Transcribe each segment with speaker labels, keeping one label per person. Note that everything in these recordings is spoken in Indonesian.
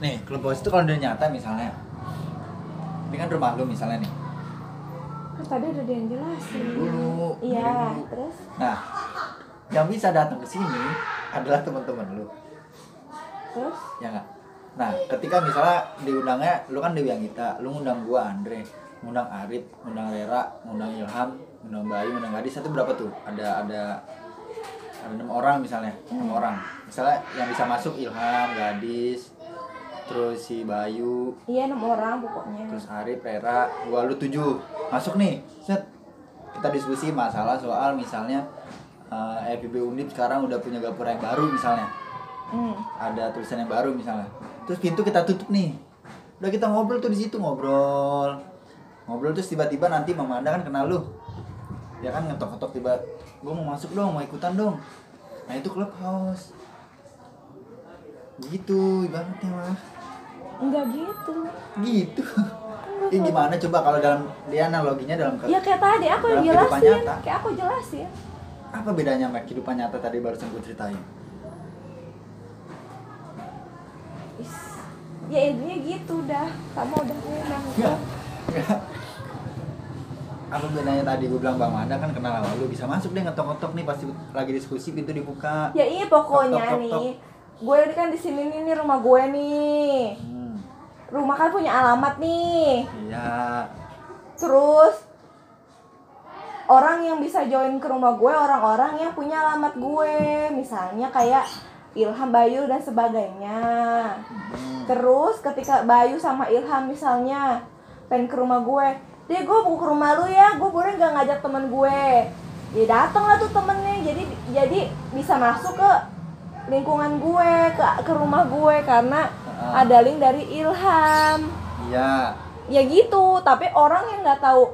Speaker 1: nih klub boys itu kalau udah nyata misalnya ini kan rumah lu misalnya nih
Speaker 2: Kan tadi udah dia yang jelasin.
Speaker 1: Dulu.
Speaker 2: Iya,
Speaker 1: Dulu.
Speaker 2: terus
Speaker 1: nah yang bisa datang ke sini adalah teman-teman lu
Speaker 2: terus
Speaker 1: ya nggak nah ketika misalnya diundangnya lu kan Dewi Anggita lu ngundang gua Andre ngundang Arif ngundang Rera ngundang Ilham ngundang Bayu ngundang Gadis itu berapa tuh ada ada ada enam orang misalnya enam
Speaker 2: Hmm.
Speaker 1: orang misalnya yang bisa masuk Ilham Gadis terus si Bayu
Speaker 2: iya enam orang pokoknya.
Speaker 1: terus Arif Rera gua lu tujuh masuk nih set kita diskusi masalah soal misalnya eh, FPB Undip sekarang udah punya gapura yang baru misalnya
Speaker 2: Hmm.
Speaker 1: ada tulisan yang baru misalnya terus pintu kita tutup nih udah kita ngobrol tuh di situ ngobrol ngobrol terus tiba-tiba nanti mama anda kan kenal lu ya kan ngetok-ngetok tiba gue mau masuk dong mau ikutan dong nah itu clubhouse gitu ibaratnya mah
Speaker 2: Enggak gitu.
Speaker 1: gitu Ih, gimana coba kalau dalam dia analoginya dalam ke-
Speaker 2: Ya kayak tadi aku yang
Speaker 1: Dalam kehidupan
Speaker 2: jelasin,
Speaker 1: nyata.
Speaker 2: kayak aku jelasin.
Speaker 1: apa bedanya sama kehidupan nyata tadi barusan gue ceritain
Speaker 2: Is. Ya intinya gitu dah. Kamu udah ngomong.
Speaker 1: Enggak. Enggak. Apa bedanya tadi gue bilang Bang Manda kan kenal awal lu bisa masuk deh ngetok-ngetok nih pasti lagi diskusi pintu dibuka.
Speaker 2: Ya iya
Speaker 1: Tok,
Speaker 2: pokoknya
Speaker 1: tok, tok.
Speaker 2: nih. Gue ini kan di sini nih, nih rumah gue nih.
Speaker 1: Hmm.
Speaker 2: Rumah kan punya alamat nih.
Speaker 1: Iya.
Speaker 2: Terus orang yang bisa join ke rumah gue orang-orang yang punya alamat gue, misalnya kayak Ilham Bayu dan sebagainya.
Speaker 1: Hmm.
Speaker 2: Terus ketika Bayu sama Ilham misalnya pengen ke rumah gue, dia gue mau ke rumah lu ya, gue boleh nggak ngajak temen gue? Ya datang lah tuh temennya, jadi jadi bisa masuk ke lingkungan gue, ke ke rumah gue karena
Speaker 1: Ah.
Speaker 2: ada link dari Ilham
Speaker 1: Iya.
Speaker 2: ya gitu tapi orang yang nggak tahu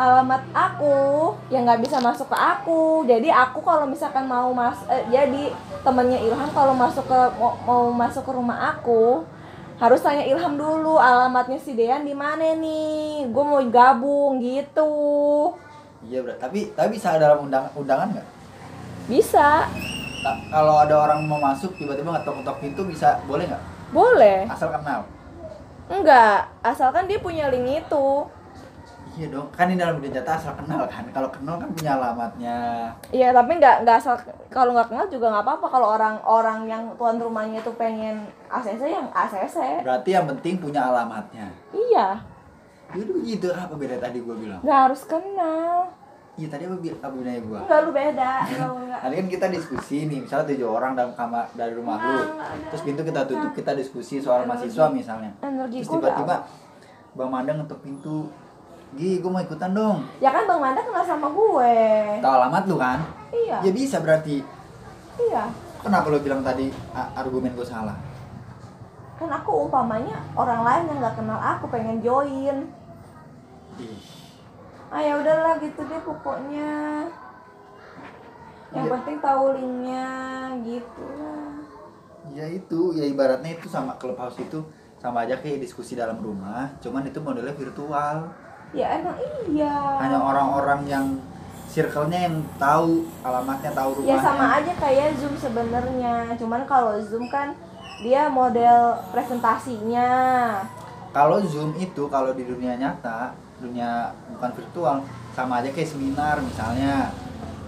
Speaker 2: alamat aku yang nggak bisa masuk ke aku jadi aku kalau misalkan mau mas eh, jadi temennya Ilham kalau masuk ke mau, mau masuk ke rumah aku harus tanya Ilham dulu alamatnya si Dean di mana nih gue mau gabung gitu
Speaker 1: Iya, bro. Tapi tapi bisa dalam undangan undangan nggak?
Speaker 2: bisa
Speaker 1: Ta- Kalau ada orang mau masuk tiba-tiba ngetok-ngetok pintu bisa boleh nggak?
Speaker 2: boleh
Speaker 1: Asal kenal.
Speaker 2: enggak asalkan dia punya link itu
Speaker 1: Iya dong. Kan ini dalam dunia nyata asal kenal kan. Kalau kenal kan punya alamatnya.
Speaker 2: Iya tapi nggak nggak asal kalau nggak kenal juga nggak apa-apa kalau orang-orang yang tuan rumahnya itu pengen ACC yang ACC.
Speaker 1: Berarti yang penting punya alamatnya.
Speaker 2: Iya
Speaker 1: Yaudah gitu apa beda tadi gue bilang?
Speaker 2: nggak harus kenal.
Speaker 1: Iya tadi apa, bi- apa bedanya gue?
Speaker 2: Enggak lu beda. Enggak enggak.
Speaker 1: Tadi kan kita diskusi nih, misalnya tujuh orang dalam kamar dari rumah lu. Terus pintu kita tutup, kita diskusi soal mahasiswa misalnya.
Speaker 2: Energi
Speaker 1: Terus
Speaker 2: gue udah
Speaker 1: tiba-tiba Bang Mandang ngetuk pintu. Gi, gue mau ikutan dong.
Speaker 2: habis. Ya kan Bang Manda kenal sama gue.
Speaker 1: Tahu alamat lu kan?
Speaker 2: Iya
Speaker 1: Ya bisa berarti.
Speaker 2: iya.
Speaker 1: Kenapa lu bilang tadi a- argumen gue salah?
Speaker 2: Kan aku umpamanya orang lain yang nggak kenal aku pengen join.
Speaker 1: Ih,
Speaker 2: Ah ya udahlah gitu deh pokoknya. Yang
Speaker 1: Iya.
Speaker 2: penting tahu linknya gitu lah.
Speaker 1: Ya itu, ya ibaratnya itu sama clubhouse itu sama aja kayak diskusi dalam rumah, cuman itu modelnya virtual.
Speaker 2: Ya emang iya.
Speaker 1: Hanya orang-orang yang circle-nya yang tahu alamatnya, tahu rumahnya.
Speaker 2: Ya sama aja kayak Zoom sebenarnya. Cuman kalau Zoom kan dia model presentasinya.
Speaker 1: Kalau Zoom itu kalau di dunia nyata, dunia bukan virtual, sama aja kayak seminar misalnya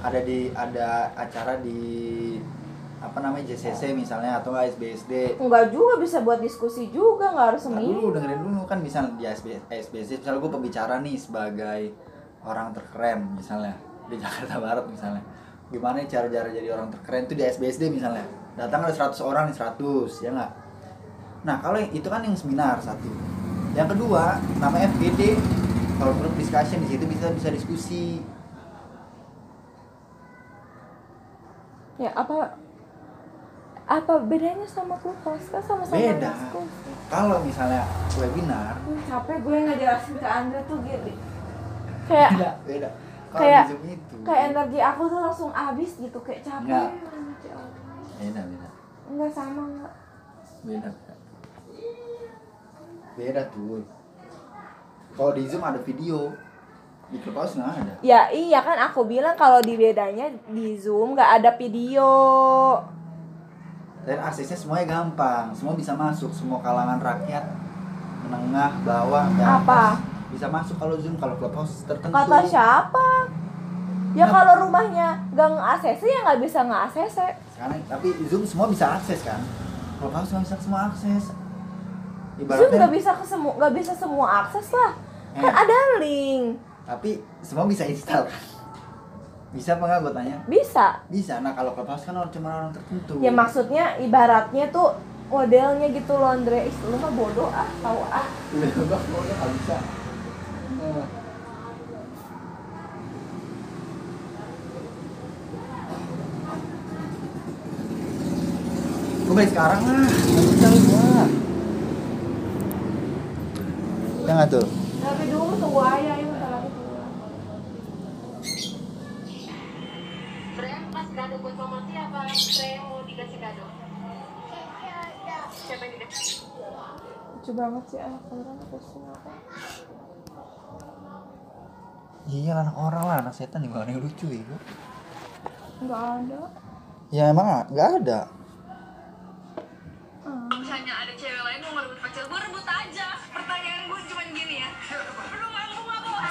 Speaker 1: ada di ada acara di apa namanya JCC misalnya atau nggak SBSD.
Speaker 2: Enggak juga bisa buat diskusi juga, nggak harus
Speaker 1: Ntar
Speaker 2: sendiri.
Speaker 1: dulu dengerin dulu kan bisa di SB, SBSD misalnya gue pembicara nih sebagai orang terkeren misalnya di Jakarta Barat misalnya. Gimana cara-cara jadi orang terkeren tuh di SBSD misalnya. Datang ada 100 orang nih 100 ya nggak? Nah, kalau yang- itu kan yang seminar satu. Yang kedua, namanya FGD. Kalau grup discussion di situ bisa bisa diskusi.
Speaker 2: Ya apa apa bedanya sama Clubhouse kan sama-sama
Speaker 1: Beda.
Speaker 2: diskusi.
Speaker 1: Kalau misalnya webinar,
Speaker 2: Gue capek gue ngejelasin ke Andre tuh gini. Kayak
Speaker 1: beda, beda. Kalau
Speaker 2: Kayak-
Speaker 1: di Zoom itu.
Speaker 2: kayak energi aku tuh langsung habis gitu kayak capek.
Speaker 1: Nggak.
Speaker 2: banget, ya Allah.
Speaker 1: Beda, beda.
Speaker 2: Nggak sama nggak.
Speaker 1: beda beda tuh kalau di zoom ada video di clubhouse nggak ada
Speaker 2: Ya iya kan aku bilang kalau di bedanya di Zoom nggak ada video.
Speaker 1: dan aksesnya semuanya gampang semua bisa masuk semua kalangan rakyat menengah bawah sampai atas.
Speaker 2: Apa?
Speaker 1: bisa masuk kalau zoom kalau clubhouse tertentu
Speaker 2: Kata siapa? Ya
Speaker 1: Kenapa?
Speaker 2: kalau rumahnya gak nge-ACC ya nggak bisa nge-ACC.
Speaker 1: sekarang tapi zoom semua bisa akses kan clubhouse nggak bisa semua akses
Speaker 2: Zoom
Speaker 1: ibaratnya
Speaker 2: nggak bisa ke semu- nggak bisa semua akses lah. Kan
Speaker 1: Eh.
Speaker 2: ada link.
Speaker 1: tapi semua bisa install kan bisa apa nggak gue tanya
Speaker 2: Bisa.
Speaker 1: bisa nah kalau clubhouse kan orang- cuma orang tertentu
Speaker 2: Ya maksudnya ibaratnya tuh modelnya gitu loh Andre. Ih, lu mah bodoh ah, tahu ah.
Speaker 1: Udah gua pokoknya nggak bisa Eh. Gua balik sekarang lah, nggak bisa gua Ya nggak tuh?
Speaker 2: Tapi dulu tunggu ayah ya bentar lagi tunggu.
Speaker 3: Sebenarnya pas kado buat mama sih apa? Saya mau dikasih kado. Siapa yang dikasih?
Speaker 2: Lucu banget sih ah, orang pusing apa.
Speaker 1: Iya anak orang lah, anak setan juga ada yang lucu ya
Speaker 2: Enggak ada.
Speaker 1: Ya emang nggak ada
Speaker 2: Ah.
Speaker 3: Misalnya ada cewek lain mau ngerebut pacar, gue rebut aja. Pertanyaan gue cuma gini ya. Lu mau lu mau apa?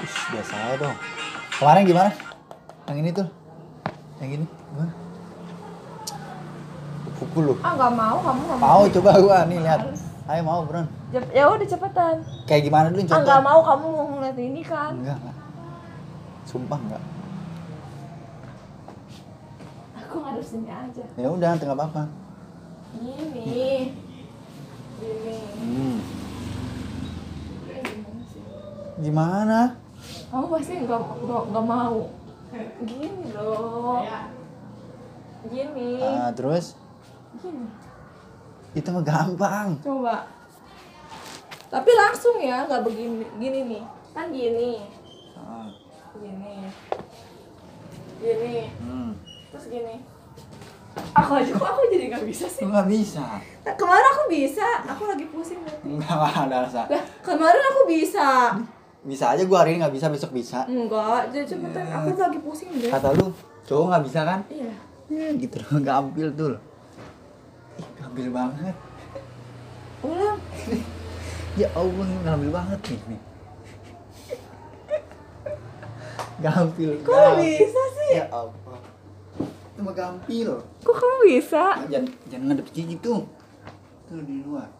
Speaker 1: Ih, Biasa aja dong Kemarin gimana? Yang ini tuh Yang ini gimana? Pukul lu
Speaker 2: Ah nggak mau kamu nggak mau.
Speaker 1: Mau coba gua nih lihat. Ayo mau bro.
Speaker 2: Jep- ya udah cepetan.
Speaker 1: Kayak gimana dulu
Speaker 2: Ah
Speaker 1: contoh?
Speaker 2: nggak mau kamu mau ngeliat ini kan.
Speaker 1: Enggak. enggak. Sumpah enggak.
Speaker 2: Aku harus ini aja.
Speaker 1: Ya udah, nanti nggak apa-apa.
Speaker 2: Gini. Gini.
Speaker 1: Hmm.
Speaker 2: Eh, gimana sih?
Speaker 1: Gimana?
Speaker 2: Kamu pasti nggak nggak nggak mau. Gini loh. Gini.
Speaker 1: Ah, terus
Speaker 2: Gini.
Speaker 1: itu mah gampang.
Speaker 2: Coba. Tapi langsung ya, nggak begini gini nih. Kan gini.
Speaker 1: Ah,
Speaker 2: Gini. Gini.
Speaker 1: Hmm.
Speaker 2: Terus gini. Aku aja kok aku jadi nggak bisa sih.
Speaker 1: Lu nggak bisa.
Speaker 2: Nah, kemarin aku bisa, aku lagi pusing nih.
Speaker 1: Enggak lah, ada alasan.
Speaker 2: Lah, kemarin aku bisa.
Speaker 1: Bisa aja gua hari ini nggak bisa, besok bisa.
Speaker 2: Enggak, jadi cepetan. Aku lagi pusing deh.
Speaker 1: Kata lu, cowok nggak bisa kan?
Speaker 2: Iya.
Speaker 1: Ya, gitu loh, nggak ambil tuh. Ih, ngambil banget.
Speaker 2: Ulang.
Speaker 1: Ya Allah, ini ngambil banget nih. nih. Gampil.
Speaker 2: Kok
Speaker 1: gampil.
Speaker 2: bisa sih?
Speaker 1: Ya Allah. Itu mah gampil.
Speaker 2: Kok kamu bisa?
Speaker 1: Ah, Jangan jangan ngadep sini gitu. Tuh di luar.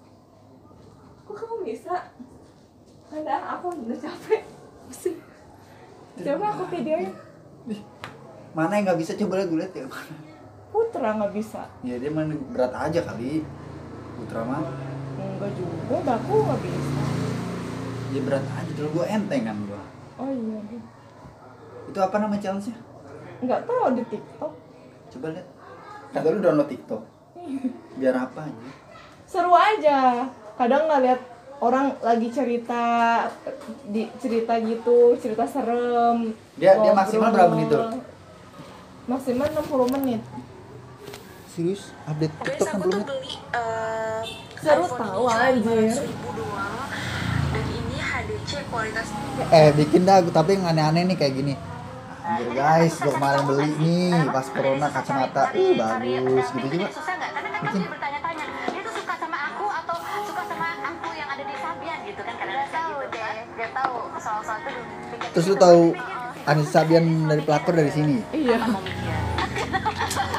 Speaker 2: Kok kamu bisa? Kadang aku udah capek. Pusing. Coba aku videoin.
Speaker 1: Mana yang nggak bisa coba lihat gue lihat yang mana.
Speaker 2: Putra nggak bisa.
Speaker 1: Ya dia mana berat aja kali. Putra mah
Speaker 2: Enggak juga, baku nggak bisa.
Speaker 1: dia Ya, berat aja terus gue enteng kan gue.
Speaker 2: Oh iya. deh.
Speaker 1: Itu apa nama challenge-nya?
Speaker 2: Nggak tahu di TikTok.
Speaker 1: Coba lihat. Kata lu download TikTok. Biar apa aja?
Speaker 2: Seru aja. Kadang nggak lihat orang lagi cerita di cerita gitu, cerita serem.
Speaker 1: Dia- dia maksimal berapa menit tuh?
Speaker 2: Ngobrol. Maksimal 60 menit.
Speaker 1: Serius? Update
Speaker 3: Guys,
Speaker 1: TikTok
Speaker 3: Nah, aku
Speaker 1: belum?
Speaker 3: tuh beli eh,
Speaker 2: Seru
Speaker 3: iPhone
Speaker 2: tahu,
Speaker 3: ini cuma
Speaker 2: anjir.
Speaker 3: 500.000 doang. Dan ini HDC kualitas
Speaker 1: Eh bikin dah, gua- tapi yang aneh-aneh nih kayak gini. Anjir guys, gua kemarin beli nih pas corona kacamata, uh bagus gitu juga.
Speaker 3: Susah nggak? Karena kan kami bertanya-tanya, dia tuh suka sama aku atau suka sama aku yang ada di Sabian gitu kan? Karena nggak tahu deh, nggak tahu soal-soal itu.
Speaker 1: Terus lu tahu
Speaker 3: Iya.
Speaker 1: Anissa Sabian dari pelakor dari sini?
Speaker 2: Iya.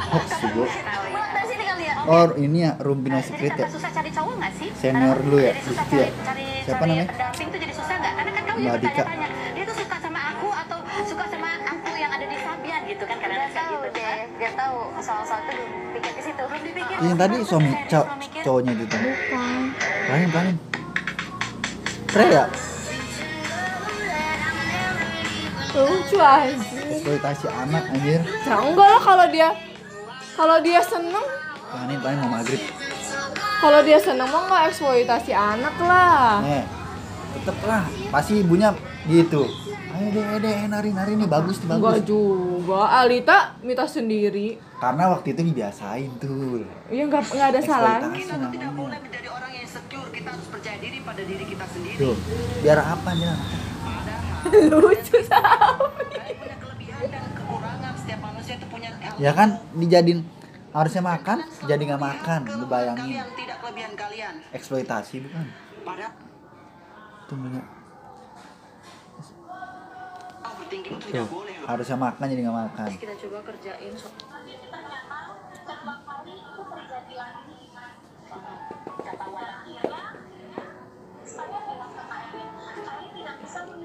Speaker 1: Hoax sih gua.
Speaker 3: Mulut dari sini kali ya.
Speaker 1: Oh ini ya Rumbino
Speaker 3: Jadi
Speaker 1: Secret ya.
Speaker 3: tambah susah cari cowok nggak sih?
Speaker 1: Senior
Speaker 3: Karena
Speaker 1: lu ya,
Speaker 3: jadi susah
Speaker 1: gitu ya?
Speaker 3: cari- cari-
Speaker 1: Siapa
Speaker 3: cari
Speaker 1: namanya?
Speaker 3: pendamping tuh jadi susah nggak? Karena kan kamu juga
Speaker 1: Mbak Dika.
Speaker 3: bertanya-tanya, dia tuh suka sama aku atau suka sama aku yang ada di Sabian gitu kan? Karena nggak tahu deh, nggak tahu soal-soal itu dipikir ke situ. Belum dipikir.
Speaker 1: Yang tadi suami cow cowoknya gitu.
Speaker 2: Bukan.
Speaker 1: Pelanin, pelanin. Tre ya?
Speaker 2: Lucu aja.
Speaker 1: Eksploitasi anak anjir.
Speaker 2: Ya enggak lah kalau dia kalau dia seneng
Speaker 1: Pelanin, pelanin mau maghrib.
Speaker 2: kalau dia seneng mah nggak eksploitasi anak lah.
Speaker 1: Eh, tetep lah. Pasti ibunya gitu. Ayo deh, ayo deh, eh, nari, nari nih bagus nih
Speaker 2: Enggak
Speaker 1: bagus.
Speaker 2: juga. Alita minta sendiri.
Speaker 1: Karena waktu itu dibiasain tuh.
Speaker 2: Ya nggak nggak ada salahnya.
Speaker 1: Eksploitasi namanya.
Speaker 3: menjadi orang yang secure. Kita harus percaya diri pada diri kita sendiri.
Speaker 1: Tuh, biar apa nih?
Speaker 2: Lucu sama.
Speaker 3: Punya kelebihan dan kekurangan. Setiap manusia itu punya
Speaker 1: Ya kan dijadiin harusnya makan jadi Ya, nggak makan lu bayangin
Speaker 4: kalian tidak kelebihan kalian
Speaker 1: eksploitasi bukan
Speaker 4: padahal
Speaker 1: tuh Mia.
Speaker 5: oh,
Speaker 4: overthinking itu
Speaker 1: tuh
Speaker 4: tidak boleh loh
Speaker 1: harusnya makan jadi nggak makan
Speaker 2: kita coba kerjain so-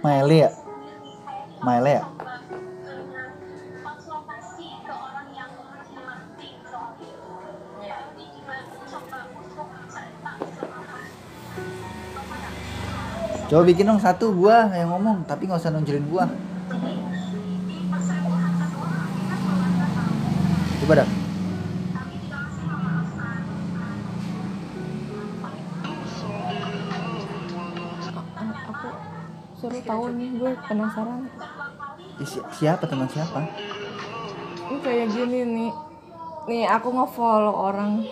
Speaker 1: Maeli ya Maeli ya coba bikin dong satu gua yang ngomong tapi nggak usah nunjukin gua coba dah
Speaker 2: An- aku suruh tahu nih gue penasaran
Speaker 1: Ih, si- siapa teman siapa
Speaker 2: ini kayak gini nih nih aku ngefollow orang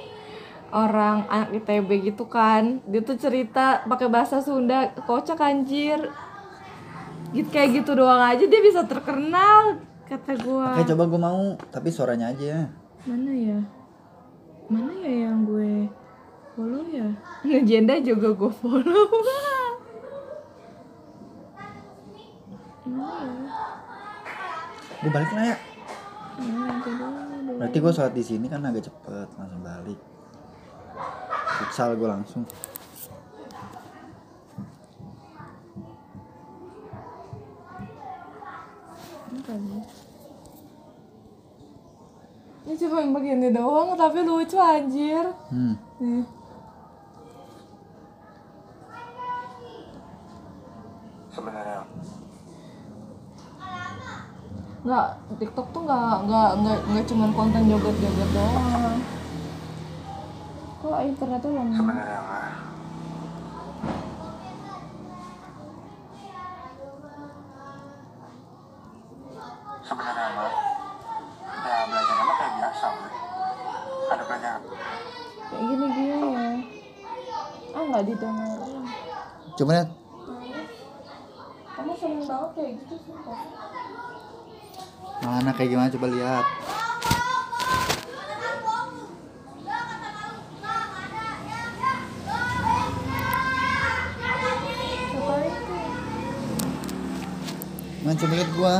Speaker 2: orang anak ITB gitu kan dia tuh cerita pakai bahasa Sunda kocak anjir gitu kayak gitu doang aja dia bisa terkenal kata gua
Speaker 1: Oke Eh, coba gue mau, tapi suaranya aja.
Speaker 2: mana ya mana ya yang gue follow ya legenda juga gue follow
Speaker 1: Gue balik lah ya.
Speaker 2: Mana yang kedua?
Speaker 1: Berarti gue sholat di sini kan agak cepet, langsung balik. Futsal gue langsung.
Speaker 2: Ini kali. Ini cuma yang begini doang tapi lucu anjir.
Speaker 1: Hmm.
Speaker 2: Nih.
Speaker 4: sebenarnya
Speaker 2: Nggak, TikTok tuh nggak nggak nggak nggak cuma konten joget-joget doang. Kok internetnya lama?
Speaker 4: sebenarnya mah sebenarnya mah ya belajar mah kayak biasa mah ada belajar
Speaker 2: Kayak gini gini ya. Ah nggak didengarin.
Speaker 1: Coba lihat.
Speaker 2: Kamu seneng banget kayak gitu sumpah.
Speaker 1: Mana kayak gimana coba lihat.
Speaker 2: Coba itu.
Speaker 1: Mana coba lihat gue.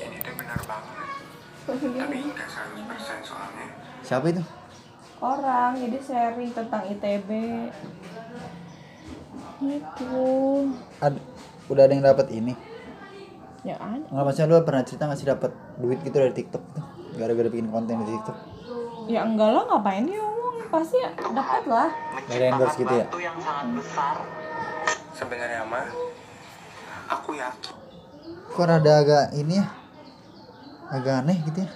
Speaker 4: ini dia benar banget tapi nggak 100% soalnya
Speaker 1: Siapa itu?
Speaker 2: Orang jadi sharing tentang ITB. Gitu.
Speaker 1: Ad, udah ada yang dapat ini.
Speaker 2: Ya ada.
Speaker 1: Nggak maksudnya lu pernah cerita nggak sih dapat duit gitu dari TikTok tuh? Gara-gara bikin konten di TikTok.
Speaker 2: ya enggak lah ngapain dia ngomong pasti dapat lah
Speaker 1: Dari endorse gitu ya.
Speaker 4: yang sangat besar sebenarnya mah aku yakin
Speaker 1: Kok rada agak ini ya? Agak aneh gitu ya?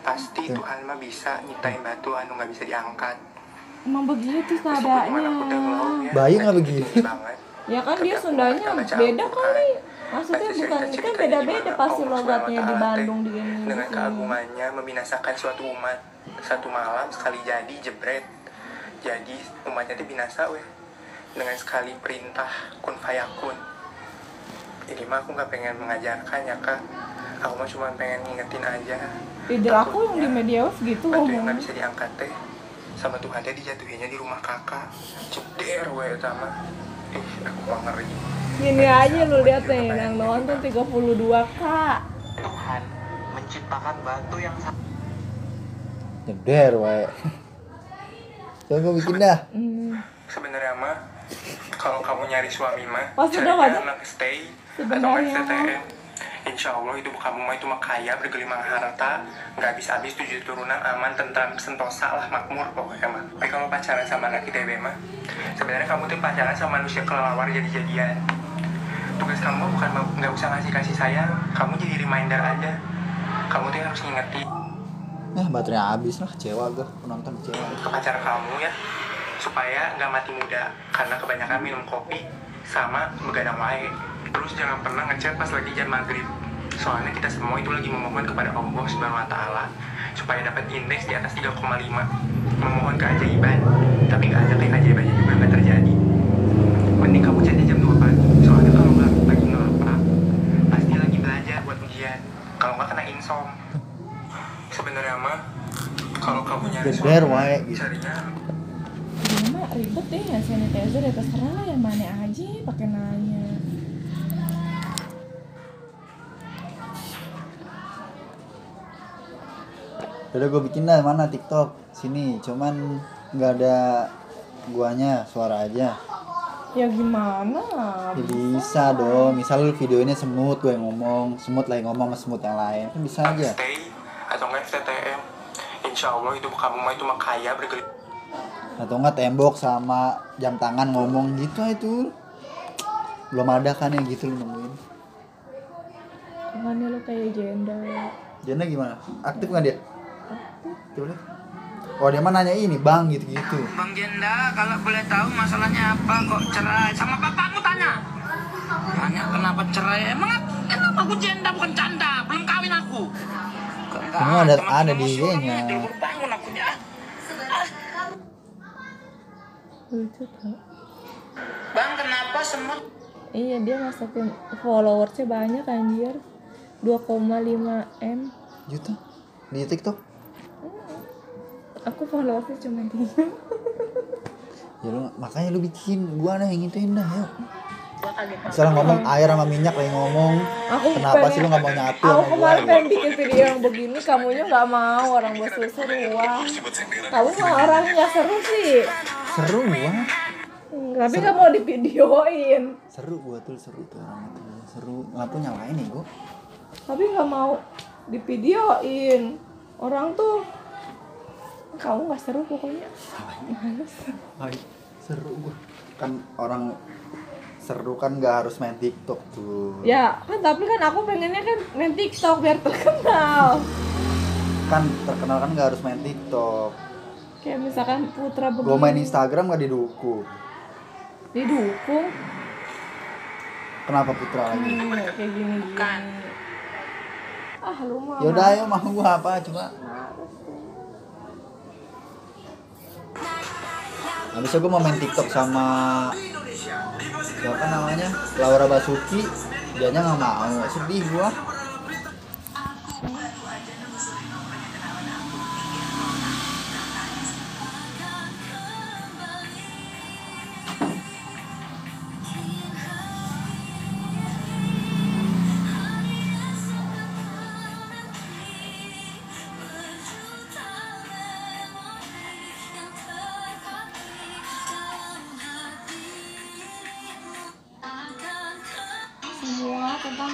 Speaker 4: pasti Tuhan mah bisa nyiptain batu anu nggak bisa diangkat
Speaker 2: emang begitu
Speaker 4: Gimana aku udah
Speaker 2: keadaannya
Speaker 4: ngelau ya,
Speaker 1: Bayu nggak
Speaker 4: nggak
Speaker 1: begitu.
Speaker 4: tinggi banget.
Speaker 2: ya kan dia Sundanya beda kali maksudnya bukan kan itu beda beda pasti logatnya di Bandung di ini di
Speaker 4: Dengan
Speaker 2: sini.
Speaker 4: keagungannya membinasakan suatu umat satu malam sekali jadi jebret. Jadi umatnya itu binasa weh. Dengan sekali perintah kun fayakun. Ini mah aku nggak pengen mengajarkan ya kak. Aku mah cuma pengen ngingetin aja.
Speaker 2: leader aku yang di media wave gitu
Speaker 4: Batu yang nggak
Speaker 2: ngomongnya
Speaker 4: bisa diangkat teh sama Tuhan dia dijatuhinnya di rumah kakak. Ceder weh utama. Ih, aku mah ngeri.
Speaker 2: gini aja lu lihat nih yang nonton 32 k
Speaker 4: Tuhan menciptakan batu yang
Speaker 1: Nyeder wae. Coba gue bikin dah.
Speaker 2: hmm.
Speaker 4: sebenarnya mah kalau kamu nyari suami mah
Speaker 2: Oh,
Speaker 4: cari
Speaker 2: sudah, Mas.
Speaker 4: anak stay
Speaker 2: Sebenarnya.
Speaker 4: atau STTN Insya Allah hidup kamu mah itu mah kaya bergelimang harta nggak habis-habis tujuh turunan aman tentram sentosa lah makmur pokoknya mah tapi kalau pacaran sama anak ITB mah sebenarnya kamu tuh pacaran sama manusia kelelawar jadi-jadian tugas kamu bukan mau- nggak usah ngasih kasih sayang kamu jadi reminder aja kamu tuh harus ngingetin
Speaker 1: Nah, baterainya habis lah, kecewa gue penonton kecewa.
Speaker 4: ke pacar kamu ya supaya nggak mati muda karena kebanyakan minum kopi sama begadang wae terus jangan pernah ngechat pas lagi jam maghrib soalnya kita semua itu lagi memohon kepada Allah Subhanahu Wa Taala supaya dapat indeks di atas 3,5 memohon keajaiban tapi nggak ada keajaibannya juga nggak terjadi mending kamu chatnya jam 2 pagi soalnya kalau nggak lagi ngelapa pasti lagi belajar buat ujian kalau nggak kena insom
Speaker 1: Geder wae gitu.
Speaker 4: carinya
Speaker 6: Ini mah ribet deh hand sanitizer ya terserah lah yang mana aja pakai nanya.
Speaker 1: Udah gue bikin dah mana TikTok sini, cuman nggak ada guanya suara aja.
Speaker 6: Ya gimana?
Speaker 1: Ya bisa dong, misal lu video ini semut gue yang ngomong, semut lagi ngomong sama semut yang lain, kan bisa aja.
Speaker 4: stay atau nggak FTTM Insya Allah itu kamu mah itu mah kaya bergelit
Speaker 1: Atau enggak tembok sama jam tangan ngomong gitu ah itu. Belum ada kan yang gitu lu nemuin.
Speaker 6: Makanya lu kayak janda.
Speaker 1: Jana gimana? Aktif nggak dia? Coba lihat. Oh dia mah nanya ini bang gitu-gitu.
Speaker 5: Bang Jenda, kalau boleh tahu masalahnya apa kok cerai? Sama bapakmu tanya. Tanya kenapa cerai? Emang ap- kenapa aku jenda bukan canda? Belum kawin aku. Enggak,
Speaker 1: Emang ada-
Speaker 5: teman-teman
Speaker 1: ada di
Speaker 5: musuh kamu
Speaker 1: IG-nya.
Speaker 5: ya, dulu bangun akunya.
Speaker 6: Lucu tuh.
Speaker 5: Bang, kenapa semut
Speaker 6: Iya dia masukin followersnya banyak anjir. 2,5 m.
Speaker 1: Juta di TikTok.
Speaker 6: Aku followersnya cuma tiga.
Speaker 1: Ya lu makanya lu bikin gua dah yang ngituin dah ya. Misalnya ngomong air sama minyak lagi ngomong.
Speaker 6: Aku
Speaker 1: Kenapa
Speaker 6: pengen-
Speaker 1: sih lu nggak mau nyatu
Speaker 6: Aku
Speaker 1: sama gua?
Speaker 6: kemarin pengen bikin video yang begini, kamunya nggak mau orang gue seru seruan. Kamu mah orang nggak seru sih,
Speaker 1: Seru gua.
Speaker 6: tapi nggak mau divideoin,
Speaker 1: Seru gua tuh seru tuh orang itu. Seru. Lampu nyalain nih gua.
Speaker 6: tapi nggak mau divideoin. Orang tuh kamu nggak seru pokoknya.
Speaker 1: Hai, seru gua. Kan orang seru kan nggak harus main TikTok tuh.
Speaker 6: Ya kan tapi kan aku pengennya kan main TikTok biar terkenal.
Speaker 1: Kan terkenal kan nggak harus main TikTok.
Speaker 6: Kayak misalkan Putra
Speaker 1: Gua main
Speaker 6: begini
Speaker 1: Instagram nggak didukung.
Speaker 6: didukung,
Speaker 1: Kenapa Putra lagi?
Speaker 6: Hmm, kayak gini gini. Ah lu mah.
Speaker 1: Yaudah Ya ayo mau gua apa coba Habis itu gua mau main TikTok sama siapa namanya Laura Basuki dianya nggak mau sedih gua
Speaker 6: semua tentang